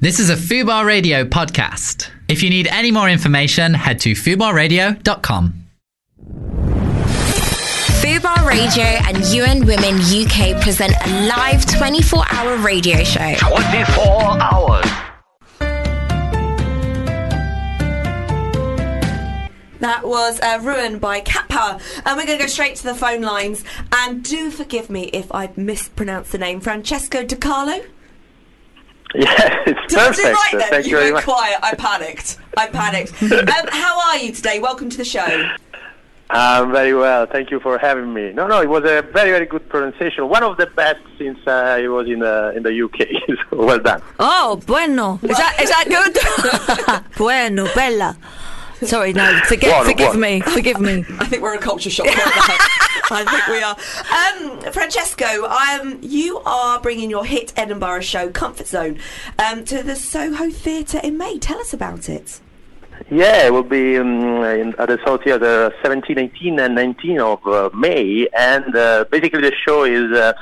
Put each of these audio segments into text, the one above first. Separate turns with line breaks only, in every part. This is a Fubar Radio podcast. If you need any more information, head to fubarradio.com.
Fubar Radio and UN Women UK present a live 24 hour radio show.
24 hours.
That was uh, Ruined by Cat Power. And we're going to go straight to the phone lines. And do forgive me if I mispronounced the name. Francesco De Carlo?
Yeah, it's
Did I do
perfect.
it right
so
then?
Thank you,
went
very much.
quiet. I panicked. I panicked. um, how are you today? Welcome to the show.
I'm very well. Thank you for having me. No, no, it was a very, very good pronunciation. One of the best since uh, I was in uh, in the UK. so well done.
Oh, bueno. Is that is that good? bueno, bella. Sorry, no. Forget,
Buono,
forgive
buono.
me. Forgive me.
I think we're a culture shock. aren't we? I think we are. Um, Francesco, um, you are bringing your hit Edinburgh show, Comfort Zone, um, to the Soho Theatre in May. Tell us about it.
Yeah, it will be um, in, at the South Theatre 17, 18, and 19 of uh, May, and uh, basically the show is uh,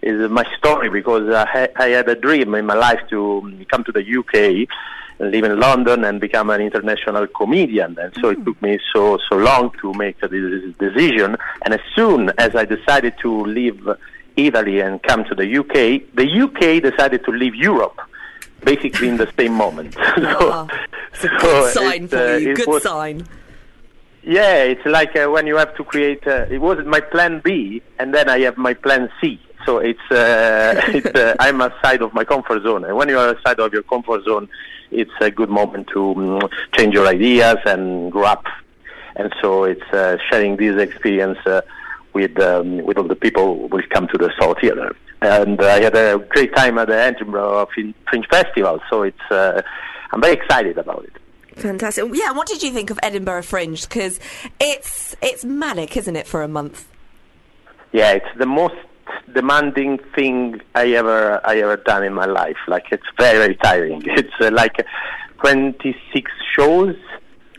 is my story because I, ha- I had a dream in my life to um, come to the UK, and live in London, and become an international comedian, and so it took me so so long to make this decision. And as soon as I decided to leave Italy and come to the UK, the UK decided to leave Europe. Basically, in the same moment. so,
Oh, It's a
so
good sign
it,
for
uh,
you.
it
Good
was-
sign.
Yeah, it's like uh, when you have to create. Uh, it was my plan B, and then I have my plan C. So it's, uh, it's uh, I'm outside of my comfort zone, and when you are outside of your comfort zone, it's a good moment to mm, change your ideas and grow up. And so it's uh, sharing this experience uh, with um, with all the people who will come to the South Theatre. And I had a great time at the Edinburgh Fin- Fringe Festival, so it's uh, I'm very excited about it.
Fantastic. Yeah, what did you think of Edinburgh Fringe? Because it's it's manic, isn't it, for a month?
Yeah, it's the most demanding thing I ever I ever done in my life. Like it's very very tiring. It's uh, like 26 shows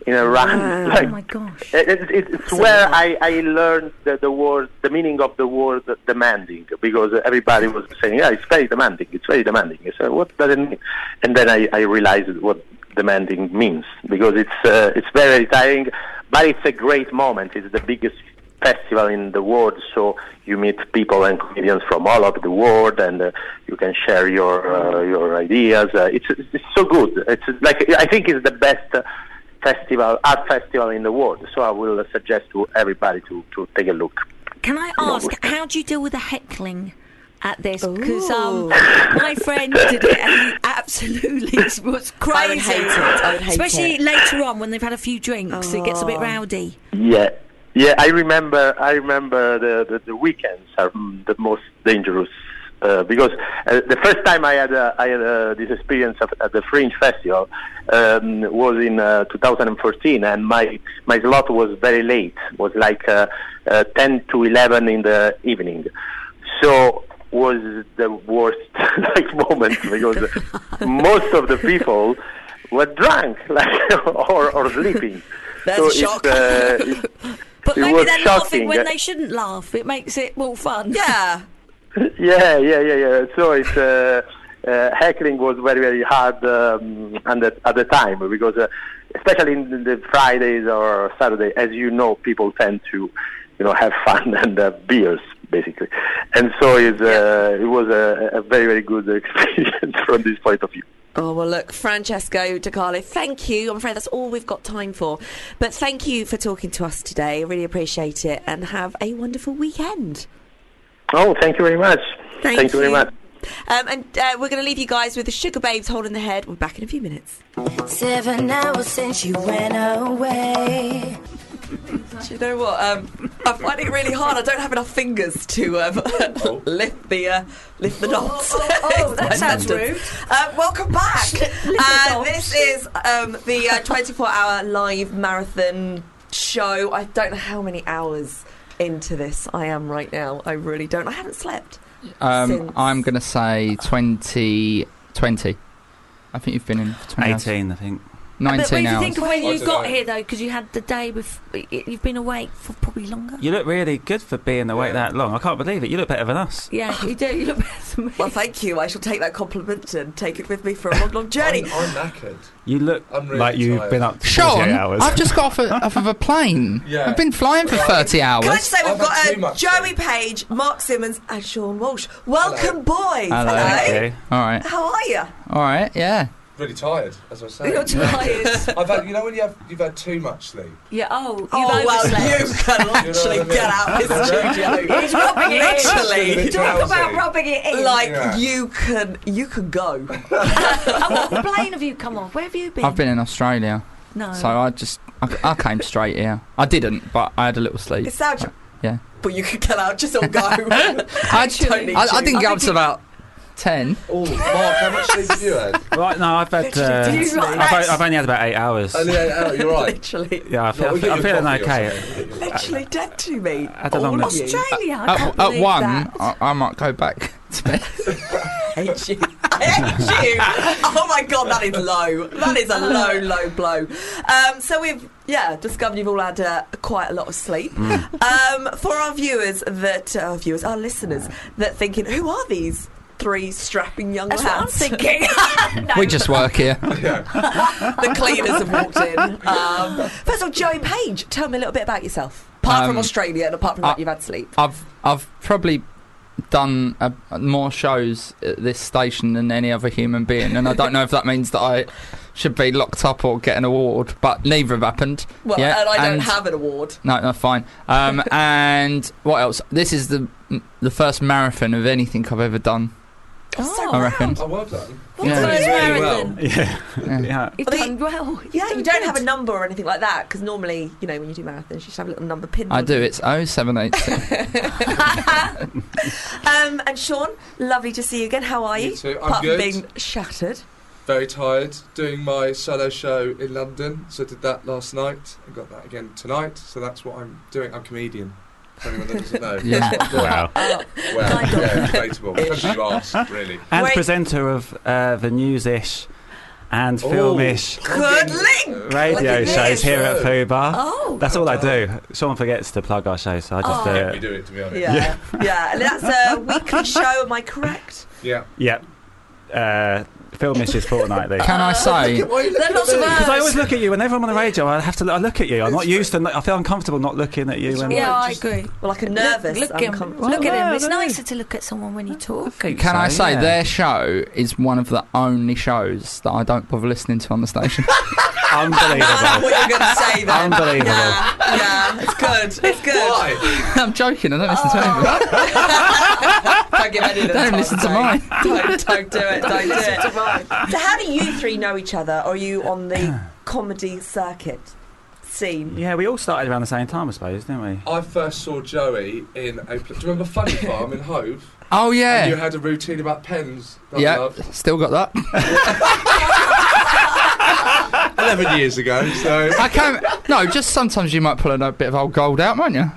in a run. Like,
Oh my gosh.
it, it, it- it's where I, I learned the, the word, the meaning of the word demanding, because everybody was saying, yeah, it's very demanding, it's very demanding. I said, what does it mean? And then I, I realized what demanding means, because it's, uh, it's very, very tiring, but it's a great moment. It's the biggest festival in the world, so you meet people and comedians from all over the world, and uh, you can share your, uh, your ideas. Uh, it's, it's so good. It's like, I think it's the best... Uh, festival art festival in the world. So I will suggest to everybody to, to take a look.
Can I ask, how do you deal with the heckling at this? Because um,
Ooh.
my friend did it and he absolutely was crazy.
I would hate it. I would hate
Especially
it.
later on when they've had a few drinks, it gets a
Oh.
bit rowdy.
Yeah, yeah. I remember. I remember the the, the weekends are mm, the most dangerous. Uh, because uh, the first time I had uh, I had uh, this experience of, at the Fringe Festival um, was in uh, 2014, and my my slot was very late, was like uh, uh, 10 to 11 in the evening. So was the worst like moment because most of the people were drunk like or, or sleeping.
That's
so
a
it's,
shock.
uh, it's-
But
It
maybe
was
they're laughing
shocking.
when they shouldn't laugh. It makes it more fun.
Yeah.
yeah, yeah, yeah, yeah. So it's uh, uh, heckling was very, very hard um, and at, at the time because, uh, especially in the Fridays or Saturday, as you know, people tend to, you know, have fun and uh, beers basically, and so it's, uh, it was a, a very, very good experience from this point of view.
Oh, well, look, Francesco De Carlo, thank you. I'm afraid that's all we've got time for. But thank you for talking to us today. I really appreciate it. And have a wonderful weekend.
Oh, thank you very much.
Thank
you very
you.
much.
Um, and uh, we're going to leave you guys with the Sugar Babes holding the head. We're back in a few minutes.
Seven hours since you went away.
Do you know what? Um, I'm finding it really hard. I don't have enough fingers to um,
Oh.
lift the uh, lift the knobs.
oh, that
My
sounds
sentence. Uh, welcome back. uh, this is um, the uh, 24-hour live marathon show. I don't know how many hours into this I am right now. I really don't. I haven't slept.
Um,
Since-
I'm going to say 20, 20. I think you've been in for 20 hours.
Uh,
18, I think.
But when
19
you
hours.
think of when you got here though, because you had the day with, you've been awake for probably longer.
You look really good for being awake that long. I can't believe it. You look better than us.
Yeah, you do. You look better than me.
Well, thank you. I shall take that compliment and take it with me for a long, long journey.
I'm knackered.
You look
I'm really
like you've
tired.
been up 48
Sean,
hours.
I've just got off, a, off of a plane.
Yeah.
I've been flying for
Well,
30 hours.
Can I just say we've
I've had
got
too
um,
much
Joey
then.
Page, Mark Simmons, and Sean Walsh. Welcome, boys.
Hello. Thank you.
all right,
How are you?
all right, yeah.
Really tired, as I was saying.
You're tired.
I've had, you know when you have, you've had too much sleep?
yeah. Oh, you've
oh well,
overslept.
you can literally
You know what I
get out of this
It's
rubbing it in.
Literally.
Talk about rubbing it in.
Like
Yeah.
you can, you can go.
and oh, what plane have you come off? Where have you been?
I've been in Australia,
No.
so I just I, I came straight here. I didn't, but I had a little sleep.
It sounds,
Yeah,
but you can get out. Just all go. I
I, I didn't get up to about ten.
Oh, Mark, how much sleep have you had?
Right, no, I've had. Uh,
Literally, do you
I've,
not-
had- I've only had about eight hours.
Only eight hours, Oh, you're right.
Literally,
Yeah, I feel,
Well,
I
we'll
feel,
get
I'm
you a
feeling
coffee or
okay.
something.
literally dead to me.
I don't
all
know.
of Oh, you.
Australia. I
At,
can't
at
believe
one,
that.
I, I might go back to bed.
hate you. I hate you. Oh my god, that is low. That is a low, low blow. Um, so we've yeah discovered you've all had uh, quite a lot of sleep.
Mm.
Um, for our viewers that uh, viewers, our listeners that thinking, who are these three strapping young
That's what I'm
lads?
thinking. No.
we just work here.
the cleaners have walked in. Um, first of all, Joey Page, tell me a little bit about yourself. Apart from
Um,
Australia and apart from
I-
that, you've had sleep.
I've I've probably done uh more shows at this station than any other human being, and I don't know if that means that I should be locked up or get an award, but neither have happened.
Well,
yet,
and I don't have an award.
No, no, fine. Um, and what else? This is the the first marathon of anything I've ever done.
Oh,
I reckon.
Oh, well done.
What's
Yeah.
the
Really
marathon?
well.
Yeah.
Yeah.
yeah.
You've
Well,
done well. You've
Yeah,
done
you don't
good.
have a number or anything like that because normally, you know, when you do marathons, you just have a little number pinned.
I
on
do.
you.
It's oh seven eight six.
um, and Sean, lovely to see you again. How are you?
You too. I'm
Apart from
good.
being shattered.
Very tired. Doing my solo show in London, so did that last night. I got that again tonight, so that's what I'm doing. I'm a comedian. For anyone that doesn't know.
Yeah.
That's what I
Wow.
do. Well, yeah, debatable. Depends who you ask, really.
And
Wait.
presenter of uh, the News-ish and Film-ish
Good link. Look
radio
at
shows
this.
here at Foo Bar.
Oh.
That's all I do. Sean forgets to plug our shows, so I just uh,
Oh.
do
Yeah, Uh, we
it.
do it, to be honest.
Yeah, yeah. And that's a weekly show. Am I correct?
Yeah.
Yep. Uh, Film-ish is fortnightly.
Can I say?
There are lots of
Because I
hours.
always look at you. Whenever I'm on the radio, I have to. Look, I look at you. I'm not used to. I feel uncomfortable not looking at you. When
Yeah, I
Just-
agree.
Well, like a nervous.
Look, look, him.
uncomfortable-
look at him.
Oh,
Well,
It's
I don't know.
nicer to look at someone when you talk.
Can I say
yeah.
their show is one of the only shows that I don't bother listening to on the station?
I know
Unbelievable.
what you're going to say then.
Unbelievable.
Yeah, yeah, it's good. It's good.
Why?
I'm joking. I don't listen to anything.
Don't give any of them
Don't
time,
listen to
mate.
mine.
Don't, don't do it. Don't do it. So, how do you three know each other? Are you on the comedy circuit scene?
Yeah, we all started around the same time, I suppose, didn't we?
I first saw Joey in a. Pl- do you remember Funny Farm in Hove?
Oh
And you
yeah,
had a routine about pens. that I
yeah.
loved.
Still got that.
Eleven years ago. So.
I can't. No, just sometimes you might pull a bit of old gold out, won't you?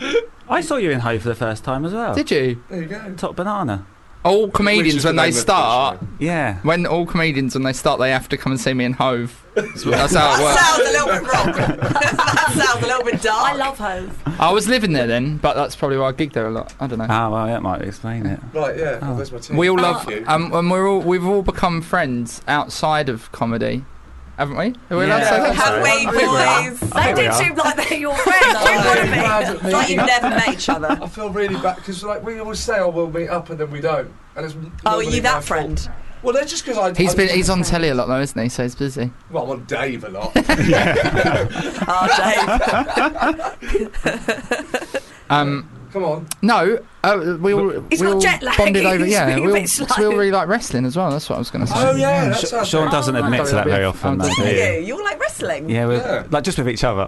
I saw you in Hove for the first time as well.
Did you?
There you go.
Top Banana.
All
Which is
comedians
the
when they
name of the
start,
show.
Yeah.
when all comedians when they start, they have to come and see me in Hove. That's what- that's how it works.
Sounds a little bit wrong. that sounds a little bit dark.
I love Hove.
I was living there then, but that's probably why I gigged there a lot. I don't know.
Ah, well, that might explain it.
Right. Yeah. well, there's my team.
Oh. we all
Thank
love,
you.
um, and we're all we've all become friends outside of comedy, haven't we? Are we allowed to say
Yeah.
that?
Have
Sorry.
we,
I think we are.
boys?
I
They
think we
did
are.
seem like they're your friends.
No.
They wanna be.
Glad that
It's like
me-
you've never met each other.
I feel really bad because like we always say, "Oh, we'll meet up," and then we don't. And it's
Oh, are
normally
you
my
that
fault.
friend?
Well, that's just because I.
He's
I
been he's on telly a lot though, isn't he? So he's busy.
Well, I'm on Dave a lot.
Oh, Dave.
Um,
Come on.
no, uh, we all
He's
we
not
all
jet lagged,
bonded over.
he's
Yeah,
being a
we all,
bit
'cause we all
slow.
really like wrestling as well. That's what I was going to say.
Oh yeah.
Sh-
that's
Sean doesn't admit to that very often, though, do
Look at
you?
you. You're like wrestling.
Yeah, we're,
Yeah.
like just with each other.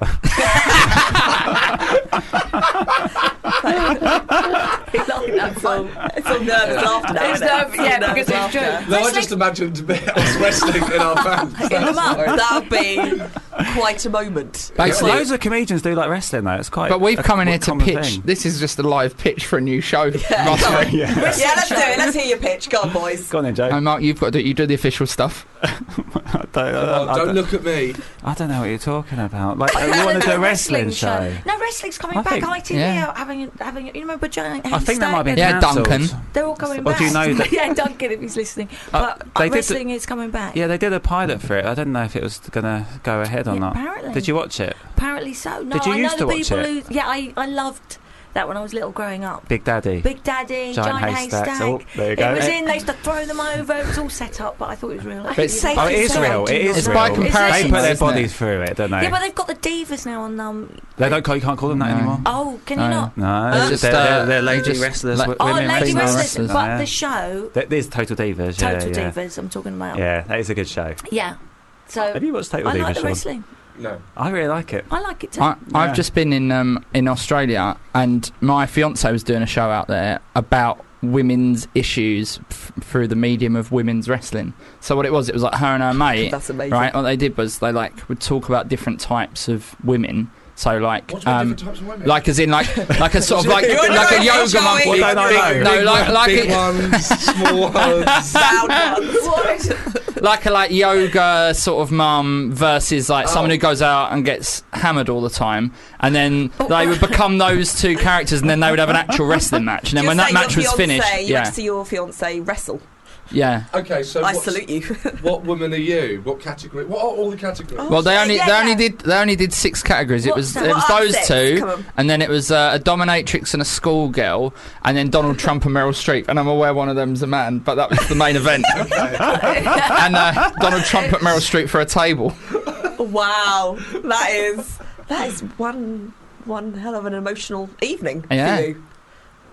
That's all, it's all nervous laughter now.
It's
isn't it?
nerve-
all
yeah,
nervous
because it's
laughter.
true.
No, I just imagined us wrestling in our fans.
In the mud.
That would be quite a moment.
Basically-
loads of comedians do like wrestling though. It's quite.
But we've
a
come in here to
common
pitch.
thing.
This is just a live pitch for a new show. Ross.
yeah.
yeah, let's do it. Let's hear your pitch. Go on, boys.
Go on then, Joe.
No, Mark, you've got to do. You do the official stuff.
I don't,
Come
I don't-
on,
I
don't
don't-
look at me.
I don't know what you're talking about. Like, Oh, you want to do a wrestling show?
No, wrestling's coming
I
back.
think-
ITV
yeah.
are having having you remember John?
I think that might have been
Yeah,
cancelled.
Duncan.
They're all coming
Or
back.
do you know that-
yeah, Duncan, if he's listening.
Uh,
But
they did the-
wrestling is coming back.
Yeah, they did a pilot for it. I didn't know if it was going to go ahead or
Yeah,
not.
Apparently.
Did you watch it?
Apparently so. No,
Did you
I
used
know
to
the
watch
people
it?
who. Yeah, I, I loved that when I was little growing up.
Big Daddy.
Big Daddy,
Giant
Giant,
haystacks.
Haystack.
Oh, there you
It
go.
was in. They used to throw them over. It was all set up, but I thought it was real.
But it's-
Oh, it is real. It is
It's
real.
by
They
comparison,
put their
isn't it?
bodies through it, don't they?
Yeah, but they've got the divas now on um.
they don't. call- You can't call them that
No.
anymore.
Oh, can you
No.
not?
No,
It's
they're,
just,
they're,
uh,
they're, lady
just
wrestlers.
like-
w-
Oh,
women
lady
wrestlers.
female
wrestlers,
wrestlers.
but
Yeah.
the show
There- There's Total Divas. Yeah,
Total
yeah.
Divas. I'm talking about.
Yeah, that is a good show.
Yeah. So
Have you watched Total
I
Divas?
like the
Sean?
wrestling.
No.
I really like it.
I like it too.
I,
Yeah.
I've just been in um, in Australia, and my fiance was doing a show out there about women's issues f- through the medium of women's wrestling. So what it was, it was like her and her mate,
That's amazing.
right? What they did was they like would talk about different types of women. So like,
What's
um,
different types of women?
like as in like like a sort of like
You're
like a
not
yoga
showing
monkey.
Well,
don't I know?
No, like
one-
like
big
it-
ones, small ones.
Sound ones.
like a like yoga sort of mum versus like someone who goes out and gets hammered all the time, and then they would become those two characters, and then they would have an actual wrestling match, and then
You
when
say
that
your
match was
fiancé,
finished,
you went
yeah,
to see your fiance wrestle.
yeah.
Okay, so
I
what's-
salute you. Oh.
what woman are you? What category? What are all the categories?
Well, they
yeah,
only
yeah,
they
yeah.
only did they only did six categories. it
What-
was
so
it was
what are
those
six? Come
two,
on.
and then it was uh, a dominatrix and a schoolgirl, and then Donald Trump and Meryl Streep. And I'm aware one of them's a man, but that was the main event. and uh, Donald Trump put Meryl Streep for a table.
wow, that is that is one one hell of an emotional evening
Yeah.
for you.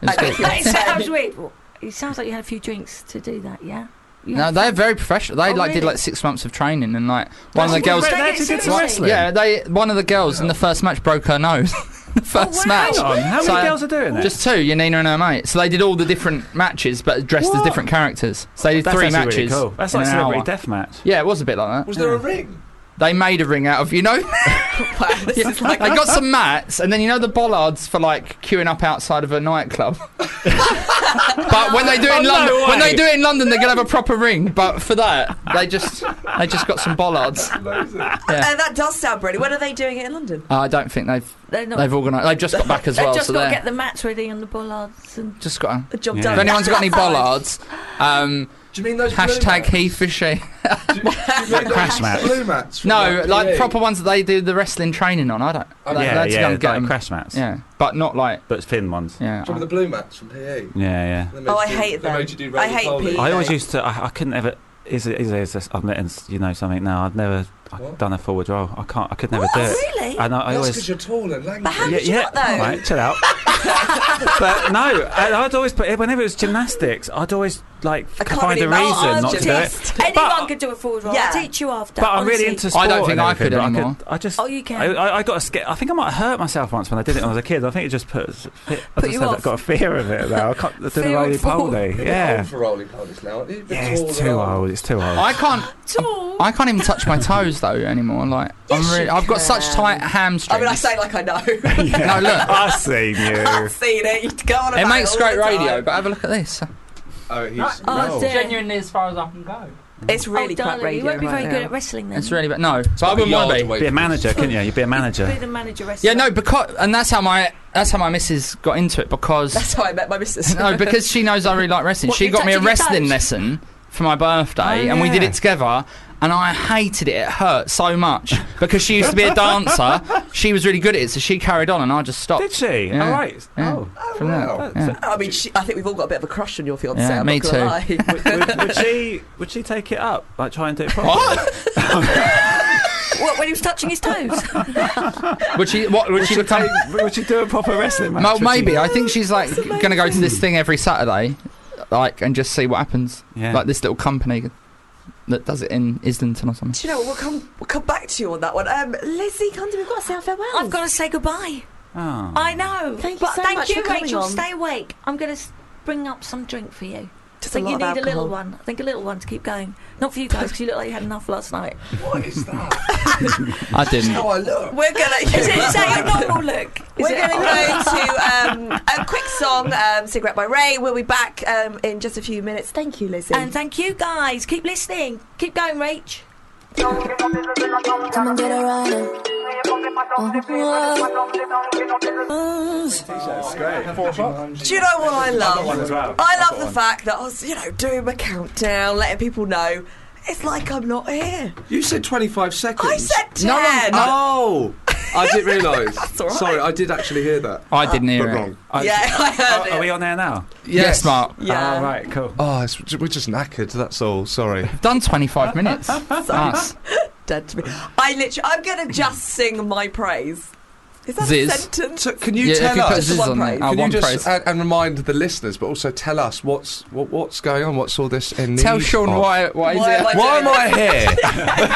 It was
I
good.
don't think
It
so.
sounds weird. Well, It sounds like you had a few drinks to do that. Yeah. You
No,
had
they're
fun.
very professional. They
Oh,
like did
really?
like six months of training, and like one of the
That's
girls.
what-
They're too good for
Yeah.
wrestling.
Yeah, they one of the girls in the first match broke her nose. the first
wow.
Hang on,
match.
Um, How many
So-
girls are doing that?
Just two, Yanina and her mate. So they did all the different matches, but dressed as
What?
different characters. So they did
That's
three
actually
matches.
really cool. That's like
in an
celebrity
hour.
deathmatch.
Yeah, it was a bit like that.
Was there a ring?
They made a ring out of you know.
Wow, this is
they got some mats, and then you know the bollards for like queuing up outside of a nightclub. but when they do it in
Oh, no
London, when
way.
they do it in London, they're gonna have a proper ring. But for that, they just they just got some bollards.
Amazing.
Yeah.
Uh, that does sound brilliant. When are they doing it in London?
Uh, I don't think they've
They're not.
they've organised. They've just got back as
They've
well,
just
so
got to
they're
get the mats ready and the bollards and.
just got. 'em.
The job
Yeah.
If
done.
anyone's got any bollards, um,
Do you mean those blue
hashtag
mats?
he fishy.
Do you- do you mean those
Crash mats.
Blue mats. from E?
No, like
PE?
proper ones that they do the wrestling training on. I don't.
Oh,
they-
yeah,
they had to go
yeah,
and
like
get 'em.
crash mats.
Yeah, but not like
But thin ones.
yeah.
Do you remember the blue mats from PE?
Yeah,
They made
Oh, I
you-
hate
They
them.
made you do
I
roly
hate
poly.
yeah. I always
Yeah.
used to. I, I couldn't ever. Is it? Is it? Is this, I'm letting s- you know something now. I've never I've
What?
done a forward roll. I can't. I could never do it.
Really?
And I, I
That's
always.
because you're tall and lanky.
But how
yeah,
did you
yeah.
not though?
Right, chill out. but no, and I'd always put whenever it was gymnastics, I'd always like
I can't
find a
really- Oh,
reason
I'm
not to do it.
just-
Anyone
But-
could do a forward roll.
Yeah.
I'll teach you after.
But I'm really
honestly.
into sport.
don't think
and
I could
everything, but
anymore.
I, could, I just.
Oh, you can.
I, I, I got a sca- I think I might have hurt myself once when I did it when I was a kid. I think it just put. I just
you
had-
off.
got a fear of it now. I can't do the
Fear of
roly
fall.
poly.
You're a bit
Yeah.
old for roly polies now, aren't you? A bit
Yeah, it's
tall
too
and
old. It's too old.
I can't.
Tall.
I can't even touch my toes though anymore. Like
Yes,
I'm really,
you
I've got such
can.
tight
I
hamstrings.
mean, I say like I know.
no, look,
I seen you.
I've seen it. You go on
it
about
makes
all
great
the time.
radio. But have a look at this.
Oh, he's.
Oh, dear.
as far as I can go.
It's really
oh,
crap
darling,
radio.
you won't be very
right
good
now.
at wrestling then.
It's really bad. No, but I
about
wouldn't
a
want
yard
to be.
away
Be a
from-
manager, couldn't you? You'd be a
Be
manager.
the manager wrestler.
Yeah, no, because and that's how my that's how my missus got into it because
That's how I met my missus.
No, because she knows I really like wrestling.
What,
she
you
got me a
touching your
wrestling
toes?
lesson for my birthday,
Oh,
and we did
yeah.
it together. And I hated it. It hurt so much because she used to be a dancer. She was really good at it, so she carried on, and I just stopped.
Did she?
Yeah.
All right.
Yeah.
Oh.
from there.
wow.
Yeah.
I mean, she, I think we've all got a bit of a crush on your fiance.
Yeah,
I'm
me
not gonna
too.
lie.
would, would she? Would she take it up? Like try and do it properly?
What?
What, when he was touching his toes.
Would she? What would she become?
Would she do a proper wrestling match?
Well,
Would she-
maybe. I think she's like going to go to this thing every Saturday, like, and just see what happens.
Yeah.
Like this little company that does it in Islington or something.
Do you know what? We'll come, we'll come back to you on that one. Um, Lizzie Condon, we've got to say our farewells.
I've got to say goodbye.
Oh.
I know.
Thank you
but
so
thank
much
you,
for coming
Rachel.
on.
Stay awake. I'm going to bring up some drink for you. I
Just a
think
lot
you
of
need a little
alcohol.
one. I think a little one to keep going. Not for you guys, because you look like you had enough last night.
What is that?
I
That's
didn't.
how I look.
We're gonna.
Is, it, is that your normal look? Is
We're
it-
going to go to um, a quick song, um, "Cigarette by Ray." We'll be back um, in just a few minutes. Thank you, Lizzie.
And thank you guys. Keep listening. Keep going, Rach.
Come and get her running. Uh-huh.
Do you know what I
one
love?
as well.
I love
I've got
the
one.
fact that I was, you know, doing my countdown, letting people know. It's like I'm not here.
You said 25 seconds.
I said ten.
Oh! I didn't realise.
all right.
Sorry, I did actually hear that.
I
Ah,
didn't hear
But
it.
wrong.
I-
yeah, I heard
Are,
it.
are we on there now?
Yes, Mark.
yeah.
Oh, right, cool.
Oh, it's, we're just knackered, that's all. Sorry.
Done 25 minutes. Nice.
Dead to me. I literally, I'm gonna just sing my praise. Is that
Ziz.
a sentence?
So can you
yeah, if
tell
you put
us?
Ziz
one
on
praise.
there, uh,
Can you
one
just
praise.
and, and remind the listeners, but also tell us what's what, what's going on? What's all this in need
Tell Sean
of?
why, why is
Why am
it.
I
Why am
doing
I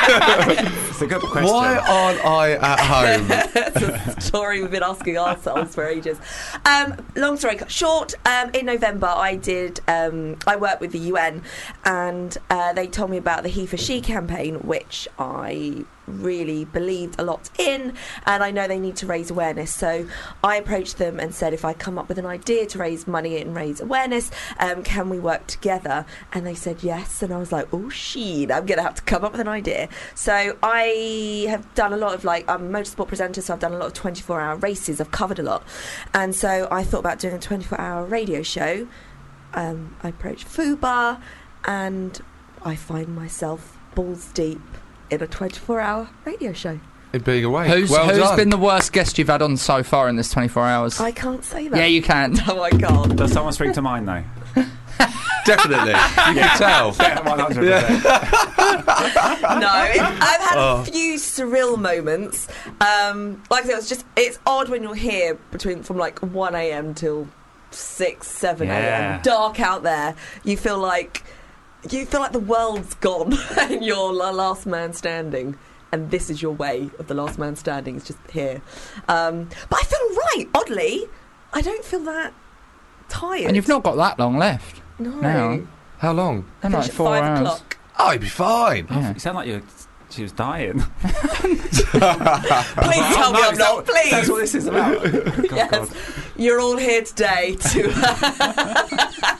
here?
It's a good question.
why aren't I at home?
story we've been asking ourselves for ages. Um, long story short, um, in November I did um, I worked with the UN and uh, they told me about the He for She campaign, which I really believed a lot in, and I know they need to raise awareness. So I approached them and said, if I come up with an idea to raise money and raise awareness, um, can we work together? And they said yes, and I was like, oh shit, I'm gonna have to come up with an idea. So I have done a lot of like I'm a motorsport presenter, so I've done a lot of 24 hour races. I've covered a lot, and so I thought about doing a 24 hour radio show. Um, I approached Fubar, and I find myself balls deep in a 24 hour radio show.
in being away.
Who's,
well
who's
done.
been the worst guest you've had on so far in this 24 hours?
I can't say that.
yeah, you can.
Oh my god.
Does someone spring to mind though?
Definitely, you can tell.
Yeah, 100%.
No, it- I've had
Oh.
a few surreal moments. Um, like I said, it's just it's odd when you're here between from like 1 a.m. till 6, 7 a.m.
Yeah.
Dark out there. You feel like you feel like the world's gone and you're the last man standing. And this is your way of the last man standing. It's just here. Um, but I feel all right. Oddly, I don't feel that tired.
And you've not got that long left.
no.
now.
How long?
They're
Finish
like
at
four
five
hours.
o'clock.
I'd be fine.
Yeah.
You sound like you. She was dying. Oh,
Please tell me I'm not. Please.
That's what this is about. God,
Yes.
God.
You're all here today to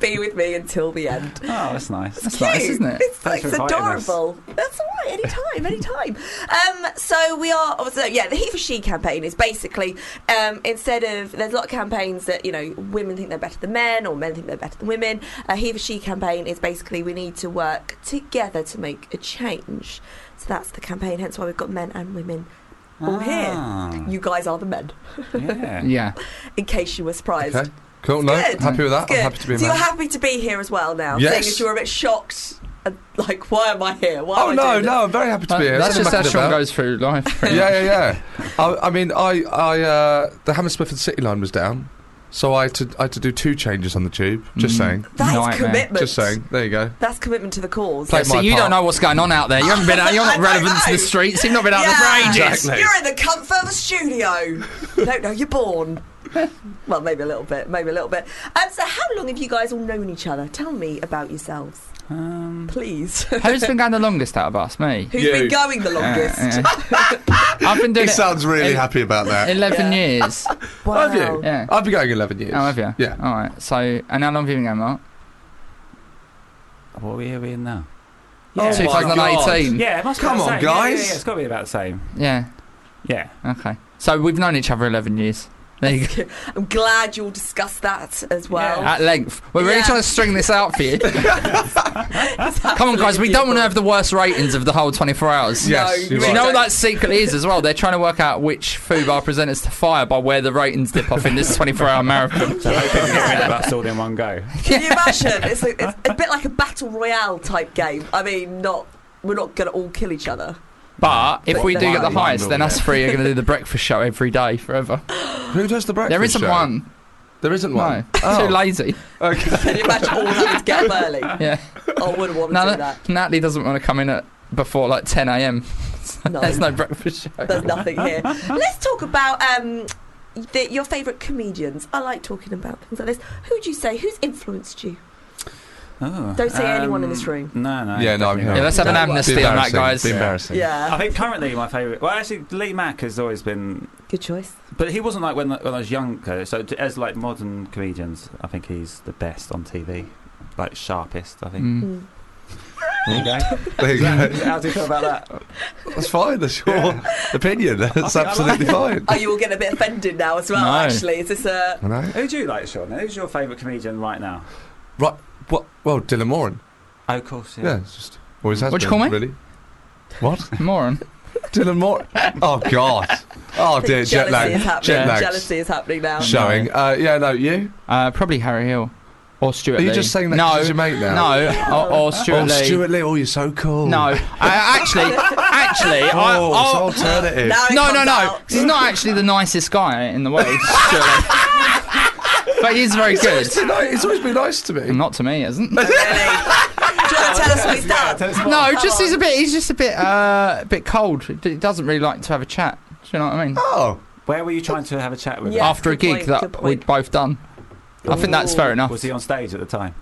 be with me until the end.
Oh, that's nice.
That's nice, isn't it?
It's,
Thanks
it's
for inviting us.
adorable. That's all right. Anytime, anytime. Um, so we are. oh, So yeah, the He for She campaign is basically um, instead of there's a lot of campaigns that you know women think they're better than men or men think they're better than women. A He for She campaign is basically we need to work together to make a change. So that's the campaign. Hence why we've got men and women all
Ah.
here. You guys are the men.
Yeah.
Yeah.
In case you were surprised.
Okay, cool. No,
Good.
happy with that.
Good.
I'm happy to be a
so you're
man.
happy to be here as well now,
Yes.
seeing as you were a bit shocked, and like, why am I here? Why
Oh
am I
no,
doing
no, I'm very happy to be here.
Uh, That's
Nothing
just how
mucking
Sean
about.
goes through life. pretty much.
yeah, yeah, yeah. I, I mean, I, I, uh, the Hammersmith and City line was down, so I had to, I had to do two changes on the tube. Just
Mm.
saying,
this? That's
Nightmare.
commitment.
just saying. There you go.
That's commitment to the cause.
Play-
Yeah, so
my
you
part.
don't know what's going on out there. You haven't been out. You're
I
not
don't
relevant to
know.
the streets. You've not been out
Yeah.
there for ages.
Exactly.
You're in the comfort of the studio. Don't know you're born. Well, maybe a little bit, maybe a little bit. Um, so, how long have you guys all known each other? Tell me about yourselves,
Um,
please.
Who's been going the longest out of us? Me.
Who's
You. Uh,
been going the
Yeah,
longest?
yeah. I've been doing
He
it
sounds really
it-
happy about that.
11
Yeah.
years.
Wow.
uh. Have you?
Yeah.
I've been going 11 years.
Oh, have you?
Yeah.
All right. So, and how long have you been going, Mark?
what are we, are we in now?
Oh my God.
2018.
Yeah, it must be
Come
about
on,
the same. Yeah, yeah,
guys.
yeah, it's got to be about the same.
Yeah.
Yeah.
Okay. So we've known each other 11 years. There you go.
I'm glad you all discussed that as well.
At length. We're really
Yeah.
trying to string this out for you. Come on, guys. We don't want to have the worst ratings of the whole 24 hours.
Yes,
No,
you're
Do
right.
you know what that secret is as well? They're trying to work out which food bar presenters to fire by where the ratings dip off in this 24 hour marathon.
So hoping to get rid of us all in one go.
Can you imagine? It's a, it's a bit like a battle royale type game. I mean, not we're not going to all kill each other.
But if we do get the
One, one
highest, then
will
us three are going to do the breakfast show every day forever.
Who does the breakfast
There isn't
show?
one.
There isn't
No,
one. Oh.
too lazy.
Can you imagine all having to get up early?
Yeah,
I wouldn't want to
no,
do that.
Natalie doesn't want to come in at before like 10 a.m.
No,
There's no breakfast show.
there's nothing here. Let's talk about um, the, your favourite comedians. I like talking about things like this. Who would you say? Who's influenced you?
Oh,
Don't say anyone in this room.
No, no.
Yeah, no, I'm
definitely
Yeah,
let's have an
Be
amnesty on that, guys.
Be embarrassing.
not.
Uh,
I
Yeah.
think currently my favourite. Well, actually, Lee Mack has always been,
Good choice.
but he wasn't like when, when I was younger. So t- as like modern comedians, I think he's the best on TV, like sharpest. I think.
Mm.
There you go.
There you go.
How do you feel about that?
That's fine. That's your opinion. That's
I like
absolutely fine.
Oh, you all get a bit offended now as well,
No.
actually. Is this a.
I know.
Who do you like, Sean? Who's your favourite comedian right now?
Right. What? Well, Dylan Moran.
Oh, of course.
Yeah. it's just. Always has
What'd you
been,
call me?
Really. What?
Moron.
Dylan Moran. Oh God. Oh dear.
jealousy
Jet
is
lag.
happening.
Jet lag.
Jealousy is happening now.
Showing. Uh, yeah. No. You.
Uh, probably Harry Hill or Stuart
Are you
Lee.
just saying that
No,
'cause it's your mate now?
no, uh, or, or Stuart
oh,
Lee.
Stuart Lee. Oh, you're so cool.
No, I, actually, actually,
Oh,
I,
it's
I'll-
alternative.
Now it
no, no,
comes
no.
out.
'cause He's not actually the nicest guy in the world, Stuart Lee. but he's very
It's always,
good.
been nice. it's always been nice to me.
Not to me, it isn't.
Do you want to tell us what he's done?
No, just he's a bit. He's just a bit. Uh, a bit cold. He doesn't really like to have a chat. Do you know what I mean?
Oh,
Where were you trying to have a chat with? him?
Yeah,
After a
good
gig
point, good
that
point.
we'd both done, I think that's fair enough.
Was he on stage at the time?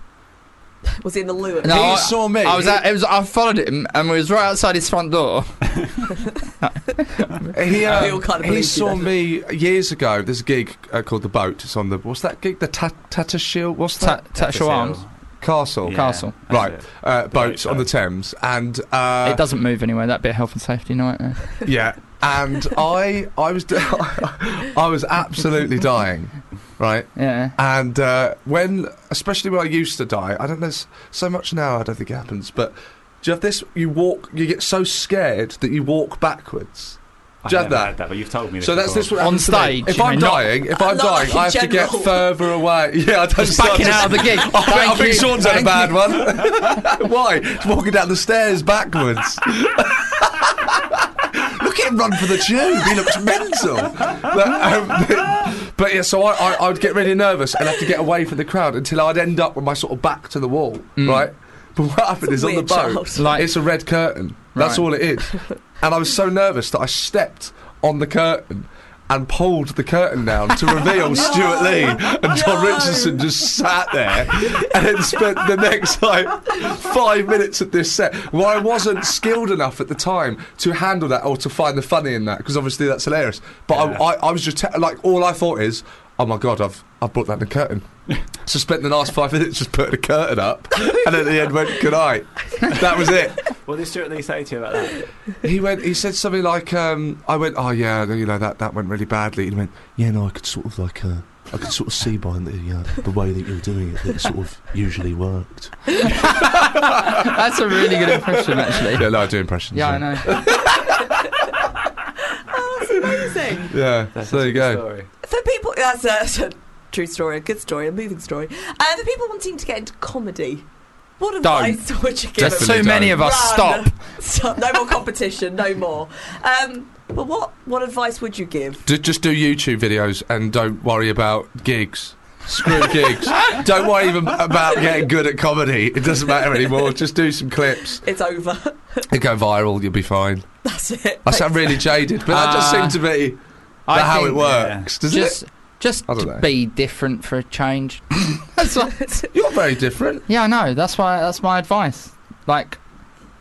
Was he in the loo?
No,
he
I-
saw me.
I was at, Uh, it was I followed him and we was right outside his front door.
He, uh,
We all kinda
he
believed you,
saw
don't
me years ago. There's a gig uh, called The Boat. It's on the. What's that gig? The Ta- Tata Shield? What's
Ta-
that?
Tatchell Arms
Castle.
Yeah,
Castle.
that's
Right.
it.
Uh, boats
Boat,
on the
boat.
Thames. And. Uh,
it doesn't move anywhere. That bit of health and safety nightmare.
Yeah. And I, I was, I was absolutely dying, right?
Yeah.
And uh, when, especially when I used to die, I don't know s- so much now. I don't think it happens, but do you have this? You walk, you get so scared that you walk backwards.
I
Do you have
never
that?
had that, but you've told me.
So
this
that's this
before.
what happens
On
to me.
stage,
If
you
I'm
mean, not-
dying, if I'm
Not
dying,
in
I have to get
general.
further away. Yeah, I don't
Just
start
backing
to-
out of the gig.
I think, I
Thank
think
you.
Sean's had a
Thank
bad
you.
one. Why? He's walking down the stairs backwards. Look at him run for the tube. He looks mental. But, um, but yeah, so I, I, I would get really nervous and have to get away from the crowd until I'd end up with my sort of back to the wall,
Mm.
right? But what happened is on the
weird
boat,
child.
Like-
it's a red curtain. That's
Right.
all it is. And I was so nervous that I stepped on the curtain and pulled the curtain down to reveal Stuart Lee and John Richardson just sat there and then spent the next like five minutes at this set. Well, I wasn't skilled enough at the time to handle that or to find the funny in that because obviously that's hilarious. But
Yeah.
I, I, I was just te- like, all I thought is, oh my god, I've I've brought that in the curtain. So spent the last five minutes just putting a curtain up, and at the end went good night. That was it.
What did Stuart Lee say to you about that?
He went. He said something like, um, "I went, oh yeah, you know that that went really badly." And he went,
Yeah, no, I could sort of like, uh, I could sort of see by the uh, the way that you were doing it that it sort of usually worked.
That's a really good impression, actually.
"Yeah, no, I do impressions."
Yeah, I know.
Amazing.
Yeah,
That's
so there
a
you go.
good story.
For people, that's a, that's a true story, a good story, a moving story. Uh, for people wanting to get into comedy, what advice would you give
There's
them?
Definitely
too many of us.
Run.
Stop.
Stop. No more competition, no more. Um, but what, what advice would you give?
Do, just do YouTube videos and don't worry about gigs. Screw gigs. Don't worry even about getting good at comedy. It doesn't matter anymore. Just do some clips.
It's over.
It go viral. You'll be fine.
That's it.
I sound really jaded, but that just
Uh,
seemed to be
I
how
think
it works, doesn't
Just, just
I don't know.
be different for a change. that's what,
it? You're very different.
yeah, I know. That's why. That's my advice. Like,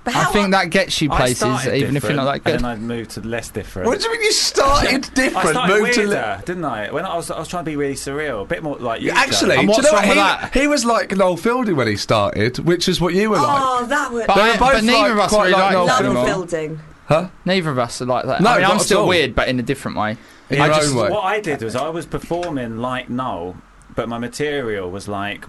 But
I
how
think
are-
that gets you
I
places,
started
even if you're not that
different,
good.
And then I moved to less different.
What do you mean you started
I
different?
started
moved to
weirder,
li-
didn't I? When I was, I was trying to be really surreal, a bit more like you.
Yeah, Actually,
And
do you
what's
know
wrong
what? He,
with that?
he was like Noel Fielding when he started, which is what you were like.
Oh, that would.
But,
They were
I,
both
but neither
like-
of us
quite
really like
like Noel
that
Love
Fielding.
anymore.
building.
Neither of us are like that.
No,
I mean,
not
I'm
at
still
all.
weird, but in a different way.
In
I
your
just-
own way.
What I did was I was performing like Noel, but my material was like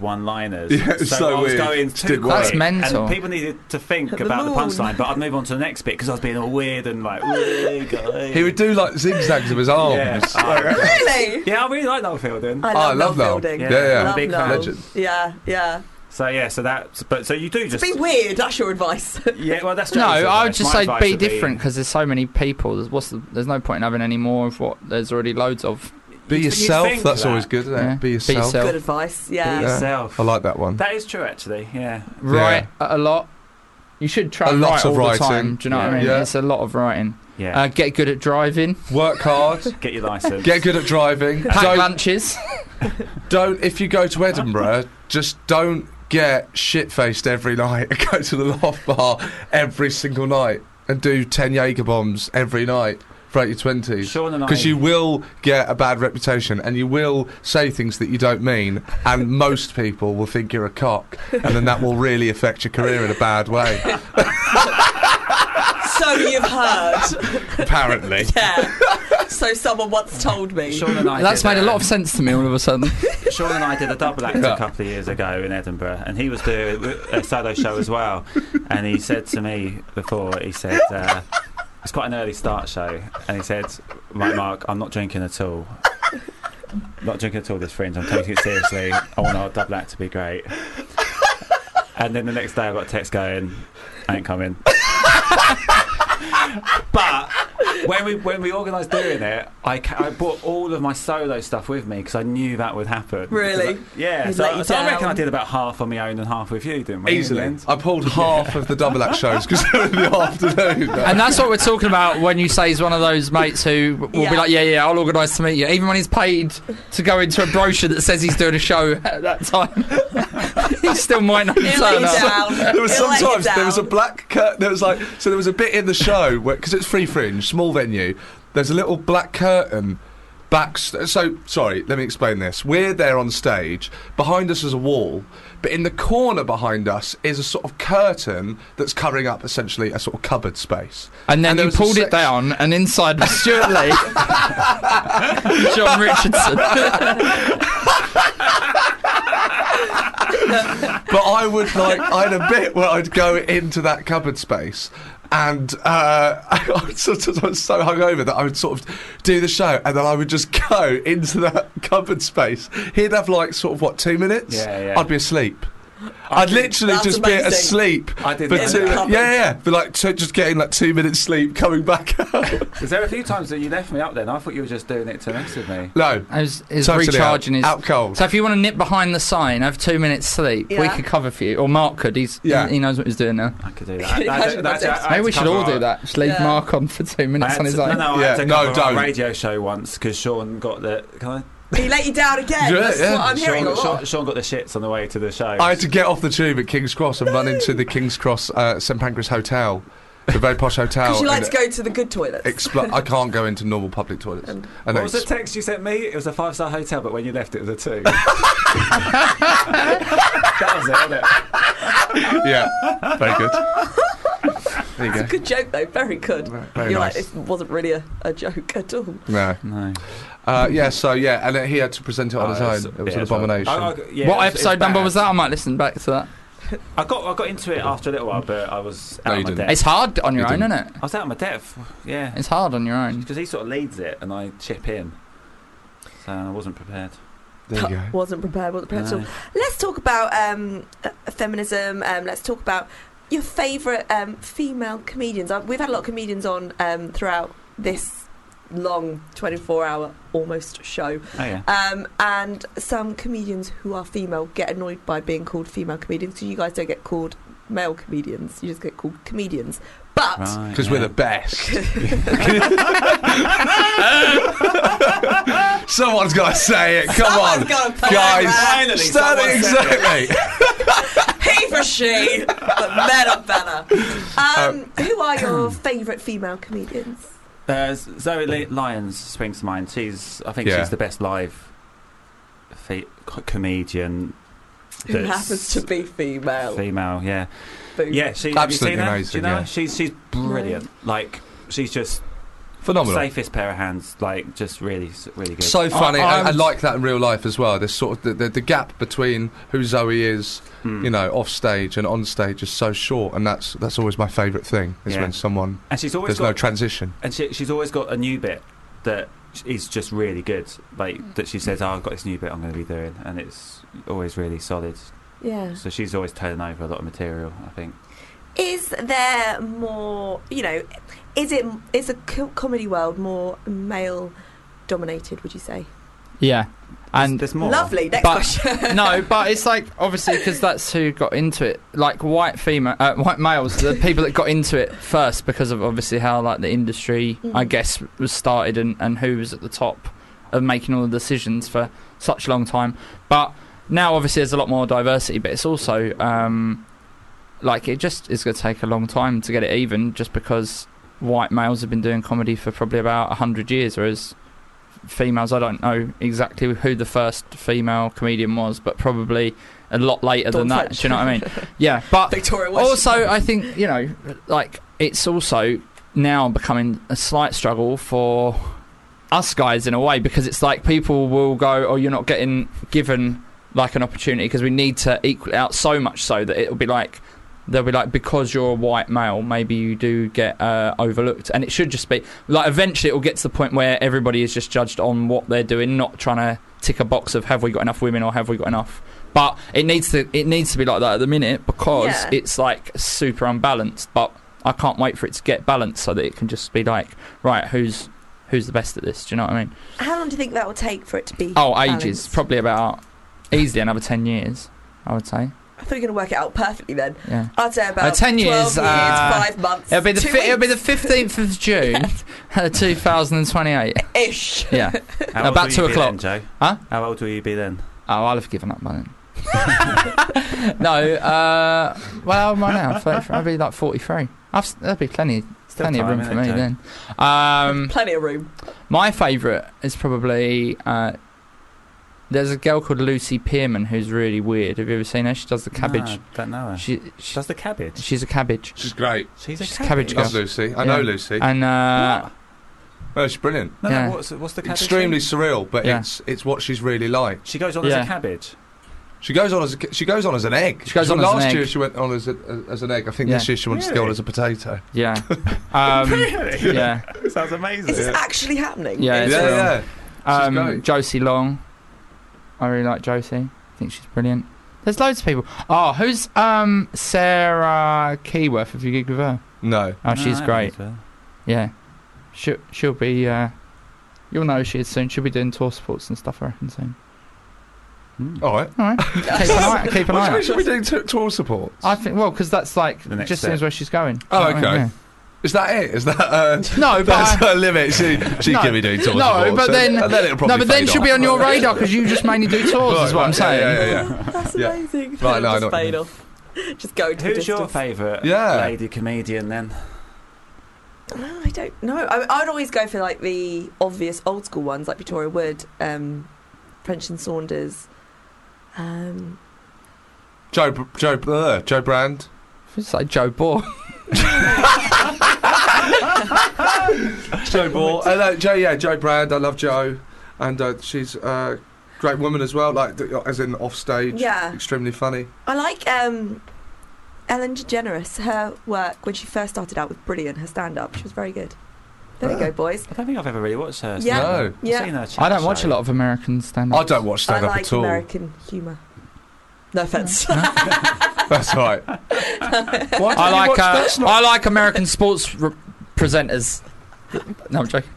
one-liners.
Yeah, it's so
I was
weird.
going
It
too
didn't
quick,
work.
That's mental.
And people needed to think
The
about the
moon.
punchline, but I'd move on to the next bit because I was being all weird and like.
He would do like zigzags of his arms.
Yeah, I,
Really?
yeah, I really like Noel Fielding.
I
Oh, I love Noel.
building.
Yeah,
Yeah,
yeah.
I'm a
Love
big fan.
Noel.
Legend.
Yeah, yeah.
So yeah, so that, but so you do just
Be weird. That's your advice.
yeah. Well, that's
No,
Joe's
I would
advice.
just
My
say
advice
be
would
different because there's so many people. There's, what's the, there's no point in having any more of what there's already loads of.
Be
You'd- you'd
yourself.
think
That's
that.
always good, isn't it?
Yeah.
Be
Be
yourself.
yourself.
Good advice.
Be
Yeah.
yourself.
I like that one.
That is true, actually. Yeah.
Write a lot. You should try
A
and
lot
write
of
all
writing.
the time. Do you know what I
Yeah.
mean?
Yeah.
It's a lot of writing.
Yeah.
Uh, get good at driving.
Work hard.
Uh,
Get your license.
Get good at driving.
Pack
don't,
lunches.
don't. If you go to Edinburgh, just don't get shit faced every night and go to the loft bar every single night and do 10 Jaeger bombs every night for your 20s.
and I-
Because you will get a bad reputation and you will say things that you don't mean, and most people will think you're a cock, and then that will really affect your career in a bad way,
so you've heard.
apparently.
Yeah. So someone once told me.
Sean and I
That's
did,
made a lot
um,
of sense to me all of a sudden.
Sean and I did a double act
Yeah.
a couple of years ago in Edinburgh, and he was doing a solo show as well. And he said to me before, he said, uh, "It's quite an early start show," and he said, "Right, Mark, I'm not drinking at all. Not drinking at all. This fringe. I'm taking it seriously. I want our double act to be great." And then the next day, I got a text going, "I ain't coming." but when we when we organised doing it, I, ca- I brought all of my solo stuff with me because I knew that would happen.
Really?
Because I- yeah.
He'd
So,
let you
so I reckon
down.
I did about half on my own and half with you, didn't we?
Easily.
Ian?
I pulled half of the double act shows because they were in the afternoon.
And that's what we're talking about when you say he's one of those mates who will
Yeah.
be like, yeah, yeah, I'll organise to meet you. Even when he's paid to go into a brochure that says he's doing a show at that time, he still might not
He'll let
turn
you
up.
down.
there was
He'll let you
sometimes there was a
down.
black curtain. There was like so there was a bit in the show because it's free fringe, small venue. There's a little black curtain back. st- So sorry, let me explain this. We're there on stage. Behind us is a wall, but in the corner behind us is a sort of curtain that's covering up essentially a sort of cupboard space.
And then
there
you
was a
pulled it
section-
down, and inside was Stuart Lee, and John Richardson.
but I would like I had a bit where I'd go into that cupboard space. And uh, I, was sometimes I was so hungover that I would sort of do the show, and then I would just go into that cupboard space. He'd have like sort of what two minutes.
Yeah, yeah.
I'd be asleep. I'd literally
That's
just be
amazing.
asleep
I did
for
that.
two.
In the
Yeah,
cupboard.
yeah, but like two, just getting like two minutes sleep, coming back out.
Was there a few times that you left me up there? And I thought you were just doing it to mess with me.
no,
I was, he was
Totally out-
recharging his.
out cold.
So if you want to nip behind the sign, have two minutes sleep. We
Yeah.
could cover for you, or Mark could. He's
Yeah.
he, he knows what he's doing now.
I could do that. I- I-
Imagine
I- I- I
myself.
had
Maybe
to
we should
cover
all do
our-
that. Just leave
Yeah.
Mark on for two
I
minutes
had
on his
to-
own.
no, no, I
Yeah,
had to
no,
cover our
don't.
radio show once because Sean got the. Can I?
He let you down again.
Yeah,
That's
yeah.
what I'm hearing a
Sean,
lot.
Sean, Sean got the shits on the way to the show.
I had to get off the tube at King's Cross and run into the King's Cross uh, St Pancras Hotel, the very posh hotel.
Because you like
and-
to go to the good toilets.
Expl- I can't go into normal public toilets. And
What
they
was the text you sent me? It was a five star hotel, but when you left, it was a two. that was it, wasn't it?
yeah, very good. There you go.
good joke though, very good.
Very
You're
nice.
like, it wasn't really a, a joke at all.
No.
No.
Uh, yeah, so yeah, and then he had to present it on
Oh,
his own. It was an
yeah, it's right.
abomination.
I- I- yeah,
what
it was- it
episode number
bad.
was that? I might listen back to that.
I got I got into it after a little while, but I was
No,
out
you
of my
didn't.
It's
depth.
hard on your
You
own,
didn't.
isn't it?
I was out of my depth. Yeah,
It's hard on your own.
because he sort of leads it, and I chip in. So I wasn't prepared.
there you go.
Wasn't prepared, wasn't prepared at all.
No.
Let's talk about um, uh, feminism. Um, let's talk about your favourite um, female comedians. Uh, we've had a lot of comedians on um, throughout this long 24 hour almost show.
Oh yeah.
Um, and some comedians who are female get annoyed by being called female comedians because you guys don't get called male comedians. You just get called comedians. But
Because we're the best. Someone's got to say it. Come
Someone's
on,
gotta put
guys.
that round.
Finally,
Stand
someone
exactly.
he for she, but men are better. Um, who are your favourite female comedians?
Uh, Zoe Li- Lyons springs to mind. She's, I think,
Yeah.
she's the best live fe- co- comedian.
Who
that's
happens to be female?
Female, yeah,
Boom.
yeah. She, have you
Absolutely
seen her?
amazing,
Do you know?
yeah.
her? She's she's brilliant. Like she's just
Oh,
Phenomenal.
safest pair of hands. Like just really s- really good.
So funny.
I-
I,
I
I,
was-
like that in real life as well. There's sort of the, the, the gap between who Zoe is,
Hmm.
Mm.
you know, off stage and on stage is so short, and that's that's always my favourite thing is
Yeah.
when someone
and she's always
there's
got
no transition.
and she, she's always got a new bit that is just really good. Like that she says, "Oh, I've got this new bit I'm going to be doing," and it's always really solid.
Yeah.
So she's always turning over a lot of material. I think.
Is there more? You know, is it is the co- comedy world more male dominated? Would you say?
Yeah, and
there's more.
Lovely. Next
But-
question.
no, but it's like obviously because that's who got into it. Like white female, uh, white males, the people that got into it first because of obviously how like the industry, I
Mm.
guess, was started and and who was at the top of making all the decisions for such a long time. But now obviously there's a lot more diversity, but it's also um, like it just is going to take a long time to get it even, just because white males have been doing comedy for probably about hundred years, whereas females I don't know exactly who the first female comedian was, but probably a lot later
Dawn
than that.
French.
Do you know what I mean? Yeah, but
Victoria
also
Washington.
I think you know like it's also now becoming a slight struggle for us guys in a way because it's like people will go, "Oh, you're not getting given like an opportunity because we need to equal it out so much so that it'll be like they'll be like because you're a white male, maybe you do get uh, overlooked." And it should just be like eventually it will get to the point where everybody is just judged on what they're doing, not trying to tick a box of have we got enough women or have we got enough. But it needs to it needs to be like that at the minute because
Yeah.
it's like super unbalanced, but. I can't wait for it to get balanced so that it can just be like, right, who's who's the best at this? Do you know what I mean?
How long do you think that will take for it to be?
Oh, ages.
balanced?
Probably about easily another ten years, I would say.
I thought you were going to work it out perfectly then.
Yeah.
I'd say about
Uh, 10 years,
12 years,
uh,
five months.
It'll be the
two
fi- it'll be the fifteenth of June, two thousand and twenty-eight.
weeks ish.
Yeah,
How old
about
will
two
you be
o'clock.
then, Joe?
Huh?
How old will you be then?
Oh, I'll have given up by then. no, uh, well, I'm right now. 33. I'll be like forty-three. I've, s- there'll be plenty,
Still
plenty of
time,
room for
innit,
me
Joe?
then. Um,
Plenty of room.
My favourite is probably uh, there's a girl called Lucy Pierman who's really weird. Have you ever seen her? She does the cabbage.
No, I don't know her.
She, she
Does the cabbage?
she's a cabbage.
She's great.
She's a
she's cabbage
cabbage.
That's
girl.
Lucy. I
Yeah.
know Lucy.
And uh,
Oh, she's brilliant.
No,
Yeah.
no, what's, what's the cabbage?
Extremely
thing?
surreal, but
Yeah.
it's it's what she's really like.
She goes on
Yeah.
as a cabbage.
She goes on as a, she goes on as an egg.
She goes on as
last
an egg.
year. She went on as, a, as an egg. I think this
Yeah.
year she wants to go on
Really?
as a potato.
yeah, um,
Really?
yeah,
Sounds amazing.
Is this actually happening?
Yeah,
Is
it's
yeah,
it-
real.
yeah. She's
um,
great.
Josie Long. I really like Josie. I think she's brilliant. There's loads of people. Oh, who's um, Sarah Keyworth? Have you gigged with her?
No,
Oh, she's
No,
great.
I haven't.
Yeah, she she'll be. Uh, you'll know who she is soon. She'll be doing tour supports and stuff. I reckon soon.
all right.
All right, keep an eye. Keep an
What
eye. out.
should we do to- tour support?
I think well, because that's like
The next
just
step.
seems where she's going.
Oh,
You know what I mean?
okay. Is that it? Is that uh,
Yeah. No, but
that's
I-
her limit? She she
No.
can be doing tour
No,
support.
but
so-
then-
and then it'll probably
no, but then
fade
she'll
off.
be on your radar because you just mainly do tours,
Right,
is what I'm
right, yeah,
saying.
yeah, yeah, yeah.
That's
Yeah.
amazing.
Right, no, I
just
know what you
fade
mean.
off. Just go to the
Who's your
distance.
favourite
Yeah.
lady comedian then?
No, I don't know. I, I'd always go for like the obvious old school ones, like Victoria Wood, um, French and Saunders. Um,
Joe Br- Joe uh, Joe Brand.
It's like Joe Bohr.
Joe Ball. Hello, Uh, Joe. Yeah, Joe Brand. I love Joe, and uh, she's a great woman as well. Like th- as in off stage.
Yeah.
Extremely funny.
I like um, Ellen DeGeneres. Her work when she first started out was brilliant. Her stand up, she was very good. There we go, boys.
I don't think I've ever really watched her.
Yeah.
No.
I've
Yeah.
seen her chat
I don't watch
show.
a lot of American stand
I
up.
don't watch stand
I
up
like
at all.
American humour. No offence.
That's right. Why
I
don't you
like
watch-
uh,
that's not-
I like American sports re- presenters. No, I'm joking.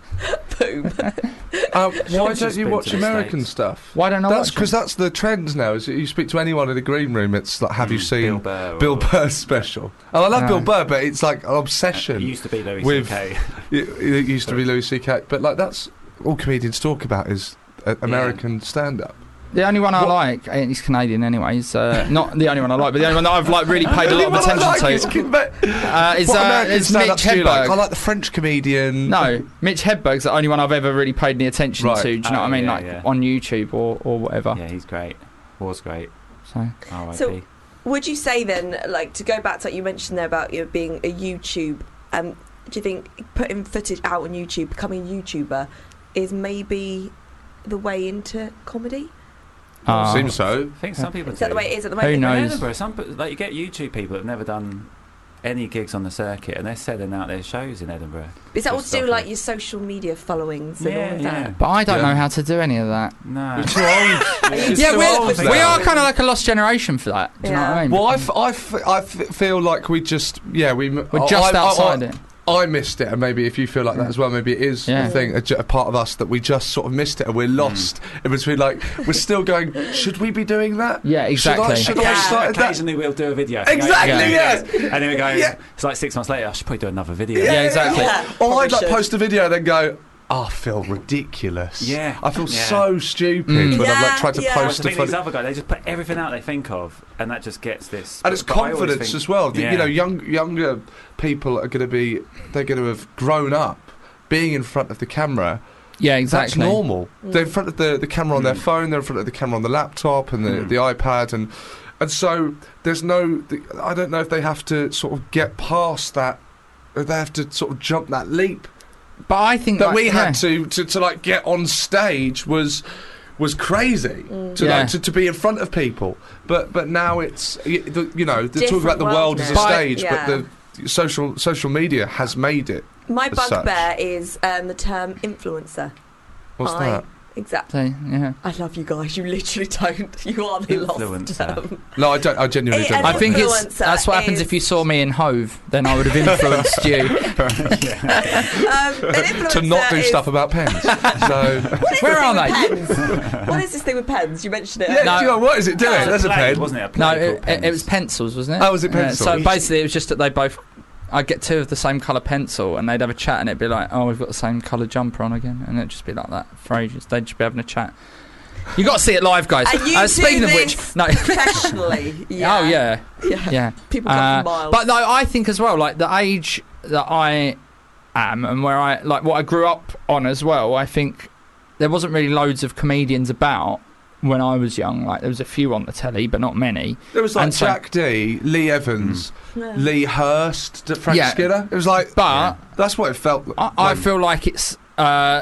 Boom.
Um, why
She's
don't you
been
watch
to the
American
States.
stuff?
Why don't I
That's
watch?
because that's the trend now. Is that you speak to anyone in the green room, it's like, have you
Mm,
seen
Bill Burr?
Bill
or-
Burr's special? And I love
No.
Bill Burr, but it's like an
Uh,
It
obsession.
used to be Louis
With-
C.K.
It, it used to be Louis C.K., but like that's all comedians talk about is uh, American stand-up.
The only one I
What-
like, and he's Canadian anyway. He's uh, not the only one I like, but the only one that I've like really paid a lot of
Anyone I
attention
like is
to
Kid Be-
uh, is,
What
uh,
American
is Mitch
stand-ups do you
Hedberg.
like? I like the French comedian.
No, Mitch Hedberg's the only one I've ever really paid any attention
Right.
to. Do you know
Oh,
what I mean?
yeah,
like
yeah.
on YouTube or, or whatever.
Yeah, he's great. Was great.
So
R.I.P.
So- Would you say then, like, to go back to what you mentioned there about you know, being a YouTube, um, do you think putting footage out on YouTube, becoming a YouTuber, is maybe the way into comedy?
uh,
Seems so.
I think some people
Is that the
do.
way it is at the
Who
moment?
knows?
I remember some pe- like you get YouTube people that've never done any gigs on the circuit and they're selling out their shows in Edinburgh.
Is that all
Good
to do
stuff,
with, like
yeah.
your social media followings and all of that?
but I don't
Yeah.
know how to do any of that.
No.
Too old. It's
yeah,
too old
we're,
now.
we are kind of like a lost generation for that. Do you know what I
Yeah.
mean?
Well, I, f- I, f- I f- feel like we just yeah we m-
We're
I-
just
I- I-
outside it.
I missed it, and maybe if you feel like that as well, maybe it is
Yeah. Hmm.
a thing, a, j- a part of us that we just sort of missed it, and we're lost in between. Like we're still going, should we be doing that?
Yeah, exactly.
Should I, should I
Yeah.
have started that?
Occasionally we'll do a video.
Exactly, yes.
Yeah. And then we go,
Yeah.
it's like six months later, I should probably do another video.
Yeah, exactly.
Yeah,
Or
probably
I'd like
should.
post a video, then go. I feel ridiculous.
Yeah.
I feel
Yeah.
so stupid
Mm.
when I've like tried to
Whereas
post
I
a
think
funny.
these other guys, they just put everything out they think of, and that just gets this.
and it's
but I always
confidence
think-
as well. You-
Yeah.
You know, young younger people are going to be they're going to have grown up being in front of the camera.
Yeah,
That's
exactly.
normal.
Mm.
They're in front of the, the camera on their phone. They're in front of the camera on the laptop and the,
Mm.
the iPad and and so there's no. the- I don't know if they have to sort of get past that. Or they have to sort of jump that leap.
But I think
that
like,
we
Mm. yeah.
had to, to to like get on stage was was crazy
Mm.
to,
Yeah.
like, to to be in front of people. But but now it's y- the- you know they talk
Different
about the world
world
as a
now. But-
stage,
Yeah.
but the social social media has made it.
My
as such.
bugbear is um, the term influencer.
What's
I-
that?
Exactly.
So, yeah.
I love you guys. You literally don't. You are the lost. term.
No, I don't. I genuinely don't.
I think it's
influencer
that's what happens
is-
if you saw me in Hove, then I would have influenced you.
Um, an
to not
influencer
do
is-
stuff about pens. So
Where are they?
What is this thing with pens? You mentioned it.
yeah,
earlier.
do you know what is it doing? There's a pen.
no, it, it, it was pencils, wasn't it?
Oh, was it
Yeah,
pencils?
so basically, it was just that they both. I'd get two of the same colour pencil, and they'd have a chat, and it'd be like, "Oh, we've got the same colour jumper on again," and it'd just be like that for ages. They'd just be having a chat. You got to see it live, guys.
And you
Uh,
do
speaking of which,
this
no.
professionally. Yeah.
Oh yeah,
Yeah.
yeah.
People come
Uh,
from miles.
But no, I think as well, like the age that I am and where I like what I grew up on as well. I think there wasn't really loads of comedians about when I was young. Like there was a few on the telly, but not many.
There was like
And so-
Jack D, Lee Evans, Lee Hurst, D- Frank
Yeah.
Skinner. It was like,
But
that's what it felt. like.
I, I feel like it's uh,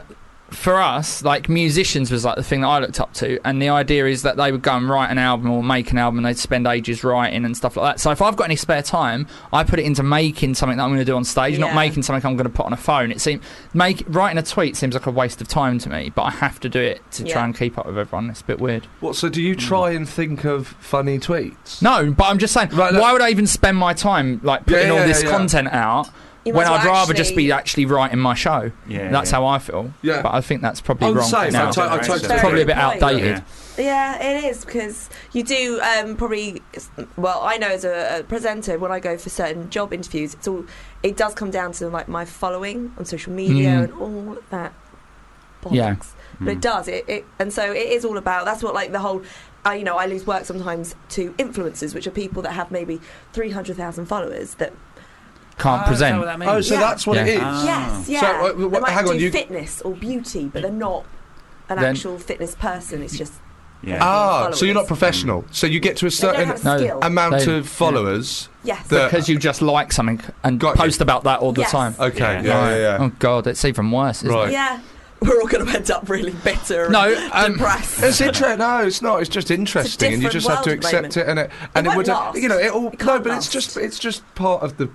for us, like musicians was like the thing that I looked up to, and the idea is that they would go and write an album or make an album, and they'd spend ages writing and stuff like that. So if I've got any spare time, I put it into making something that I'm going to do on stage, not
Yeah.
making something I'm going to put on a phone. It seems make writing a tweet seems like a waste of time to me, but I have to do it to
Yeah.
try and keep up with everyone. It's a bit weird.
What? So do you try and think of funny tweets?
No, but I'm just saying,
look.
why would I even spend my time like
Yeah,
putting all
yeah,
this
yeah, yeah.
content out?
You
When
might as
I'd
well
rather just
actually-
be actually writing my show.
Yeah,
that's
yeah.
how I feel.
Yeah.
but I think that's probably
I'm the
wrong.
same.
now.
I try- I try to-
it's probably a bit
Very good point.
outdated.
Yeah, it is because you do um, probably. Well, I know as a, a presenter, when I go for certain job interviews, it's all. It does come down to like my following on social media
Mm.
and all of that. Bollocks.
Yeah.
Mm.
But it does it, it, and so it is all about. That's what like the whole. I, you know, I lose work sometimes to influencers, which are people that have maybe three hundred thousand followers. That
Can't present.
Oh, so
Yeah.
that's what it is.
Yeah.
yes, yeah,
So, uh, wh-
they might
hang on,
do
you-
fitness or beauty, but they're not an
Then-
actual fitness person. It's just
Yeah.
Ah, so you're not
Followers.
professional. So you get to a
they don't
certain
have a
No.
skill.
amount
They-
of followers.
yes,
that-
because you just like something and
Got you.
post about that all the
Yes.
time.
Okay, yeah,
Yeah.
yeah, yeah.
Oh god, it's even worse, isn't
Right.
it?
Yeah, we're all going to end up really bitter.
No,
and
um,
depressed.
It's interesting. No, it's not. It's just interesting, and you
different
just have to
world,
accept
Raymond.
it. And it and it,
won't
would, uh,
last.
you know, it all.
It
no,
can't
but it's
last.
just it's just part of the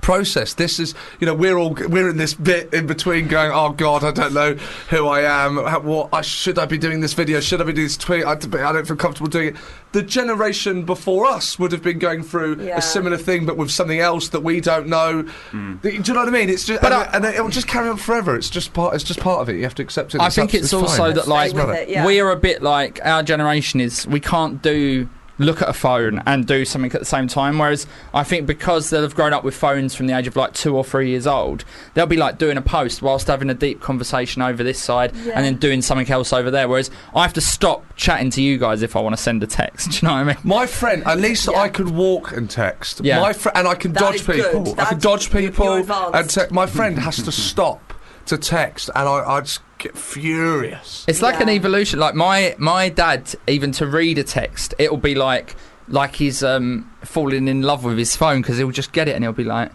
process. This is, you know, we're all we're in this bit in between, going, oh God, I don't know who I am. How, what I should I be doing this video? Should I be doing this tweet? I, d- I don't feel comfortable doing it. The generation before us would have been going through
Yeah.
a similar thing, but with something else that we don't know. Do you know what I mean? It's just,
Hmm. But
and,
I-
it- and it, will just carry on forever. It's just part. It's just part of it. You have to accept it.
I think it's also
fine.
that like
with it, yeah.
we're a bit like our generation is. We can't do look at a phone and do something at the same time. Whereas I think because they'll have grown up with phones from the age of like two or three years old, they'll be like doing a post whilst having a deep conversation over this side and then doing something else over there. Whereas I have to stop chatting to you guys if I want to send a text. Do you know what I mean?
My friend, at least I could walk and text.
Yeah.
My fr- and I can
That
dodge
is good.
people. I can
That's-
dodge
you're-
people.
you're advanced.
and te- my friend has to stop to text, and I, I just get furious.
It's like an
Yeah.
evolution. Like my my dad, even to read a text, it'll be like like he's um, falling in love with his phone because he'll just get it and he'll be like.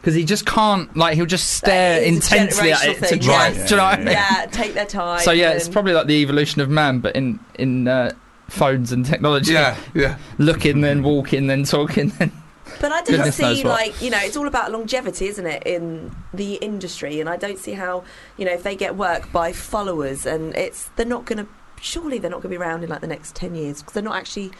Because he just can't, like, he'll just stare
That is a
intensely at
generational
it to
thing,
try.
yes.
Do you know what I mean?
yeah, take their time.
So yeah, it's
and-
probably like the evolution of man, but in in uh, phones and technology.
Yeah, yeah.
Looking, then walking, then talking. Then.
But I don't
Goodness knows
see
what.
like you know, it's all about longevity, isn't it, in the industry? And I don't see how you know if they get work by followers, and it's they're not going to. Surely they're not going to be around in like the next ten years because they're not actually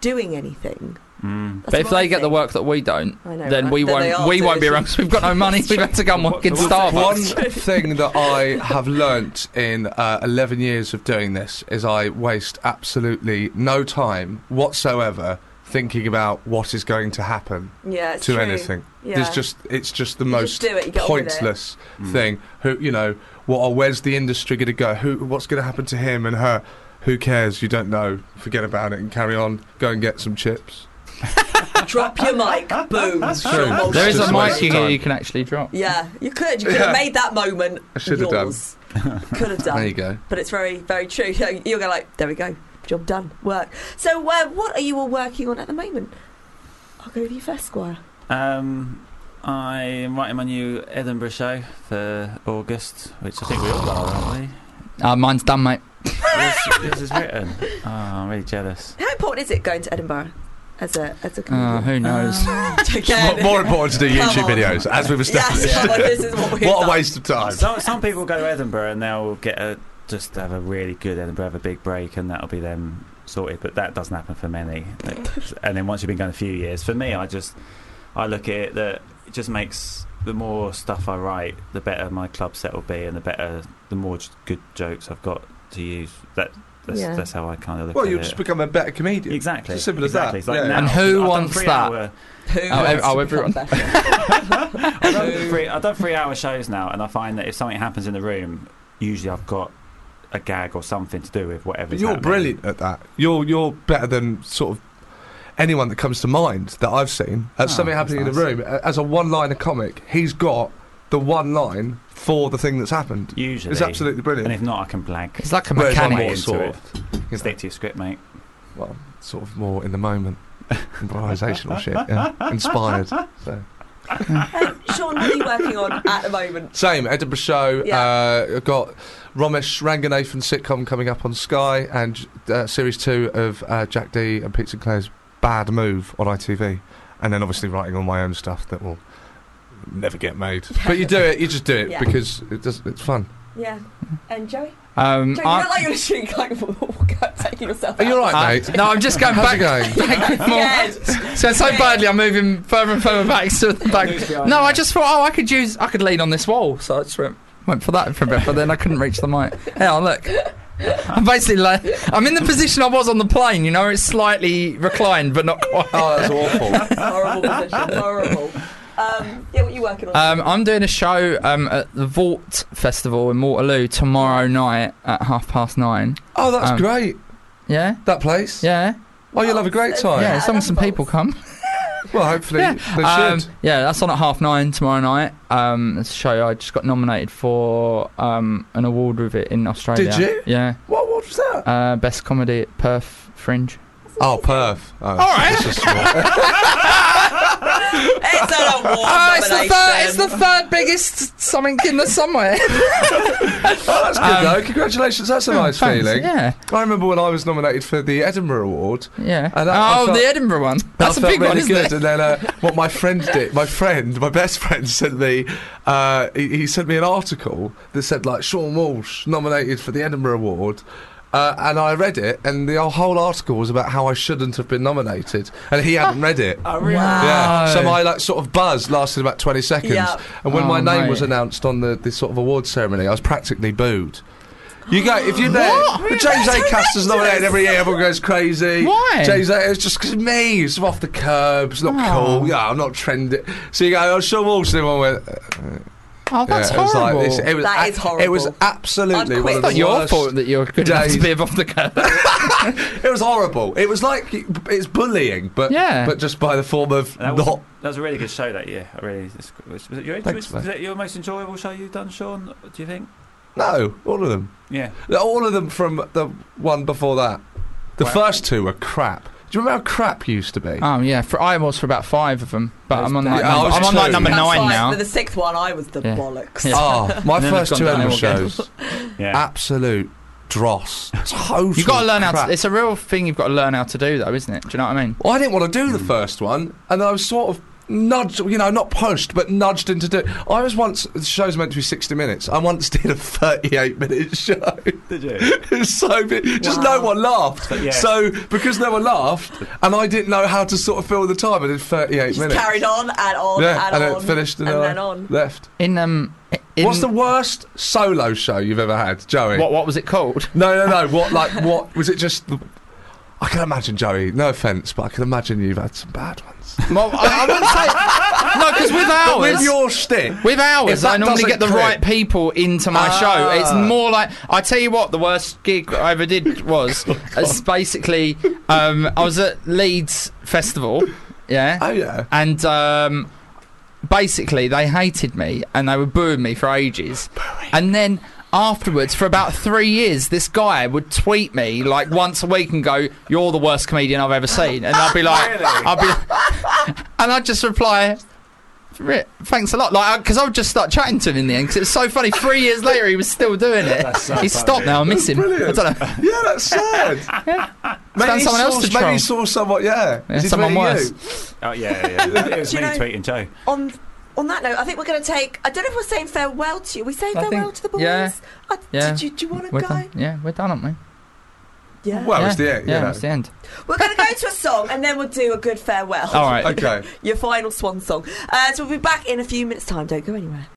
doing anything.
Mm.
That's
but if
my
they get the
thing.
work that we don't,
I know,
then
right?
we
Then they
won't.
are
We won't be
doing
around. 'cause We've got no money. We've had to go and work in
One
Starbucks.
thing that I have learnt in uh, 11 years of doing this is I waste absolutely no time whatsoever thinking about what is going to happen
Yeah, it's
to
true.
anything.
Yeah.
It's just it's just the
You just
most
do it, you get on with it.
pointless
Mm.
thing. Who you know? What? Or where's the industry going to go? Who? What's going to happen to him and her? Who cares? You don't know. Forget about it and carry on. Go and get some chips.
Drop your mic. Boom.
That's true. It's
There is
just
a mic
waste
you,
of time.
you can actually drop.
Yeah, you could. You could have
Yeah.
made that moment
I should have done.
yours. Could have done.
There you go.
But it's very, very true. So You're going like, there we go. Job done. Work. So, uh, what are you all working on at the moment? I'll go to you first, Squire.
Um, I am writing my new Edinburgh show for August, which I think we all are, aren't we?
Uh, mine's done, mate.
Yours- yours is written. Oh, I'm really jealous.
How important is it going to Edinburgh as a as a
Uh,
comedian?
who knows?
Again.
Uh, More, more important to do
Come
YouTube
on.
videos, as we've established.
Yes, come on, this is what we've
what
done.
a waste of time.
Some, some people go to Edinburgh and they'll get a just have a really good Edinburgh, have a big break, and that'll be them sorted. But that doesn't happen for many. And then once you've been going a few years, for me, I just I look at it that it just makes the more stuff I write, the better my club set will be, and the better the more j- good jokes I've got to use. That that's,
Yeah.
that's how I kind of look
Well,
at
you'll
it.
just become a better comedian.
Exactly.
It's as simple as that.
exactly. It's like
Yeah.
now,
And who
I've done
wants
three
that?
hour-
Who
Oh,
wants
oh,
to
everyone.
become better?
I've done, three, I've done three hour shows now, and I find that if something happens in the room, usually I've got a gag or something to do with whatever.
But you're brilliant at that. You're you're better than sort of anyone that comes to mind that I've seen. At
Oh,
something
that's
happening in the
nice.
room, a- as a one-liner comic, he's got the one line for the thing that's happened.
Usually.
It's absolutely
And
brilliant.
if not, I can blank.
It's like a
Whereas I'm
Way
more
into
mechanic.
sort
it.
of, you know,
Stick to your script, mate.
well, sort of more in the moment, improvisational shit, yeah. inspired. So.
Hey, Sean, what are you working on at the moment?
Same, Edinburgh show.
Yeah.
Uh, I've got Ramesh Ranganathan sitcom coming up on Sky and uh, series two of uh, Jack D and Pete Sinclair's Bad Move on ITV. And then obviously writing all my own stuff that will never get made. But you do it, you just do it
Yeah.
because it does, it's fun.
Yeah. And Joey?
Um,
Joey, you
I-
look like you're literally like walk out, taking yourself
Uh, Are you
out.
alright,
I-
mate?
Uh, no, I'm just going
How's
back.
it going?
back with more.
Yes.
So so badly, I'm moving further and further back. So back. No, I just thought, oh, I could use, I could lean on this wall. So I just went, went for that for a bit, but then I couldn't reach the mic. Yeah, look, I'm basically like, I'm in the position I was on the plane. You know, it's slightly reclined, but not quite.
Oh, that's awful.
horrible position. Horrible. Um, yeah, what are you working on?
Uh,
Um, I'm doing a show um, at the Vault Festival in Waterloo tomorrow night at half past nine.
oh, that's
Um,
great.
Yeah,
That place.
yeah,
Oh, you'll have a great time.
yeah. As long as some
Vault.
people come.
Well, hopefully they
Um,
should.
yeah, that's on at half nine tomorrow night. Um, it's a show I just got nominated for um, an award with it in Australia.
Did you?
Yeah,
What, what was that?
uh, best comedy at Perth Fringe.
Oh, Perth. Oh, All
right.
It's an award
Oh, it's the third. It's
nomination.
the third biggest something in the somewhere.
Oh, that's good
Um,
though. Congratulations. That's a nice feeling.
Yeah,
I remember when I was nominated for the Edinburgh Award.
yeah.
And I- I
oh,
felt-
the Edinburgh one. That's a
I felt
big
really
one, isn't
good.
it?
And then uh, what my friend did, my friend, my best friend, sent me. Uh, he, he sent me an article that said like Sean Walsh nominated for the Edinburgh Award. Uh, and I read it, and the whole article was about how I shouldn't have been nominated, and he hadn't read it.
Wow.
Yeah. So my like sort of buzz lasted about twenty seconds,
Yeah.
and when
Oh,
my name
mate.
was announced on the, the sort of award ceremony, I was practically booed. You go if you're there. But James A. Caster's nominated every year. Everyone goes crazy.
Why?
James A. It's just 'cause me. It's off the curb. It's not
Oh.
cool. Yeah, I'm not trending. So you go. Oh, Sean Walsh. And everyone went. uh,
Oh, that's
yeah,
horrible.
It was, like, it's- it was
That
a-
is horrible.
It was absolutely
I'd quit.
one of
it's
the
not your
worst.
fault that you're good enough to
days.
be above the curve.
It was horrible. It was like it's bullying, but
Yeah.
but just by the form of
That was,
not.
that was a really good show that year. I really. Was, was, it your,
Thanks,
was,
mate.
that your most enjoyable show you've done, Sean? Do you think?
No, all of them.
Yeah.
All of them from the one before that. The
Wow.
first two were crap. Do you remember how crap used to be?
Um, yeah. For I was for about five of them, but I'm on like
Yeah, I
number,
was
I'm on like
two.
number
That's
nine
why
now.
For the sixth one, I was the
Yeah.
bollocks.
Yeah.
oh, my
And then
first
it's
two
gone
Edinburgh
down again.
shows,
Yeah.
absolute dross. Total.
You've got to learn how
crap.
to. It's a real thing you've got to learn how to do, though, isn't it? Do you know what I mean?
Well, I didn't want to do the first one, and I was sort of nudged, you know, not pushed, but nudged into doing. I was once the show's meant to be sixty minutes. I once did a thirty-eight minute show.
Did you?
It was so big. Just
Wow.
no one laughed.
But yeah.
So because no one laughed, and I didn't know how to sort of fill the time, I did thirty-eight
Just
minutes.
carried on and on
yeah,
and,
then
on.
finished and,
and
I
then on.
left.
In um, in,
What's the worst solo show you've ever had, Joey?
what? What was it called?
No, no, no. What like what was it? Just the, I can imagine Joey. No offense, but I can imagine you've had some bad ones.
Well, I, I wouldn't say no because with
But
ours,
with your shtick,
with
if
ours,
that
I normally
doesn't
get the
click-
right people into my
Ah.
show. It's more like I tell you what, the worst gig I ever did was
Oh,
it's basically um, I was at Leeds Festival, yeah,
Oh yeah.
and um, basically they hated me and they were booing me for ages, and then. Afterwards, for about three years, this guy would tweet me like once a week and go, "You're the worst comedian I've ever seen," and I'd be like, "I'd be," and I'd just reply, "Ri- "Thanks a lot," like because I would just start chatting to him in the end because it's so funny. Three years later, he was still doing it.
so
He's stopped
funny.
now. I miss him. I
Brilliant.
don't know.
Yeah, that's sad.
Found
he
someone else
saw-
to
Maybe
troll.
he saw someone. Yeah,
Yeah,
Is he
someone
tweeting
worse.
you?
Oh yeah, yeah. yeah. It was
Do
me
you know-
tweeting Joe.
on on that note, I think we're going to take. I don't know if we're saying farewell to you. We say
I
farewell
think-
to the boys.
yeah.
I,
Yeah.
Did you, do you want to
We're
go?
done. Yeah, we're done, aren't we?
Yeah.
Well,
yeah.
Oh, it's the end.
Yeah,
you know.
it's the end.
We're going to go to a song and then we'll do a good farewell.
All right.
Okay.
Your final swan song. Uh, so we'll be back in a few minutes' time. Don't go anywhere.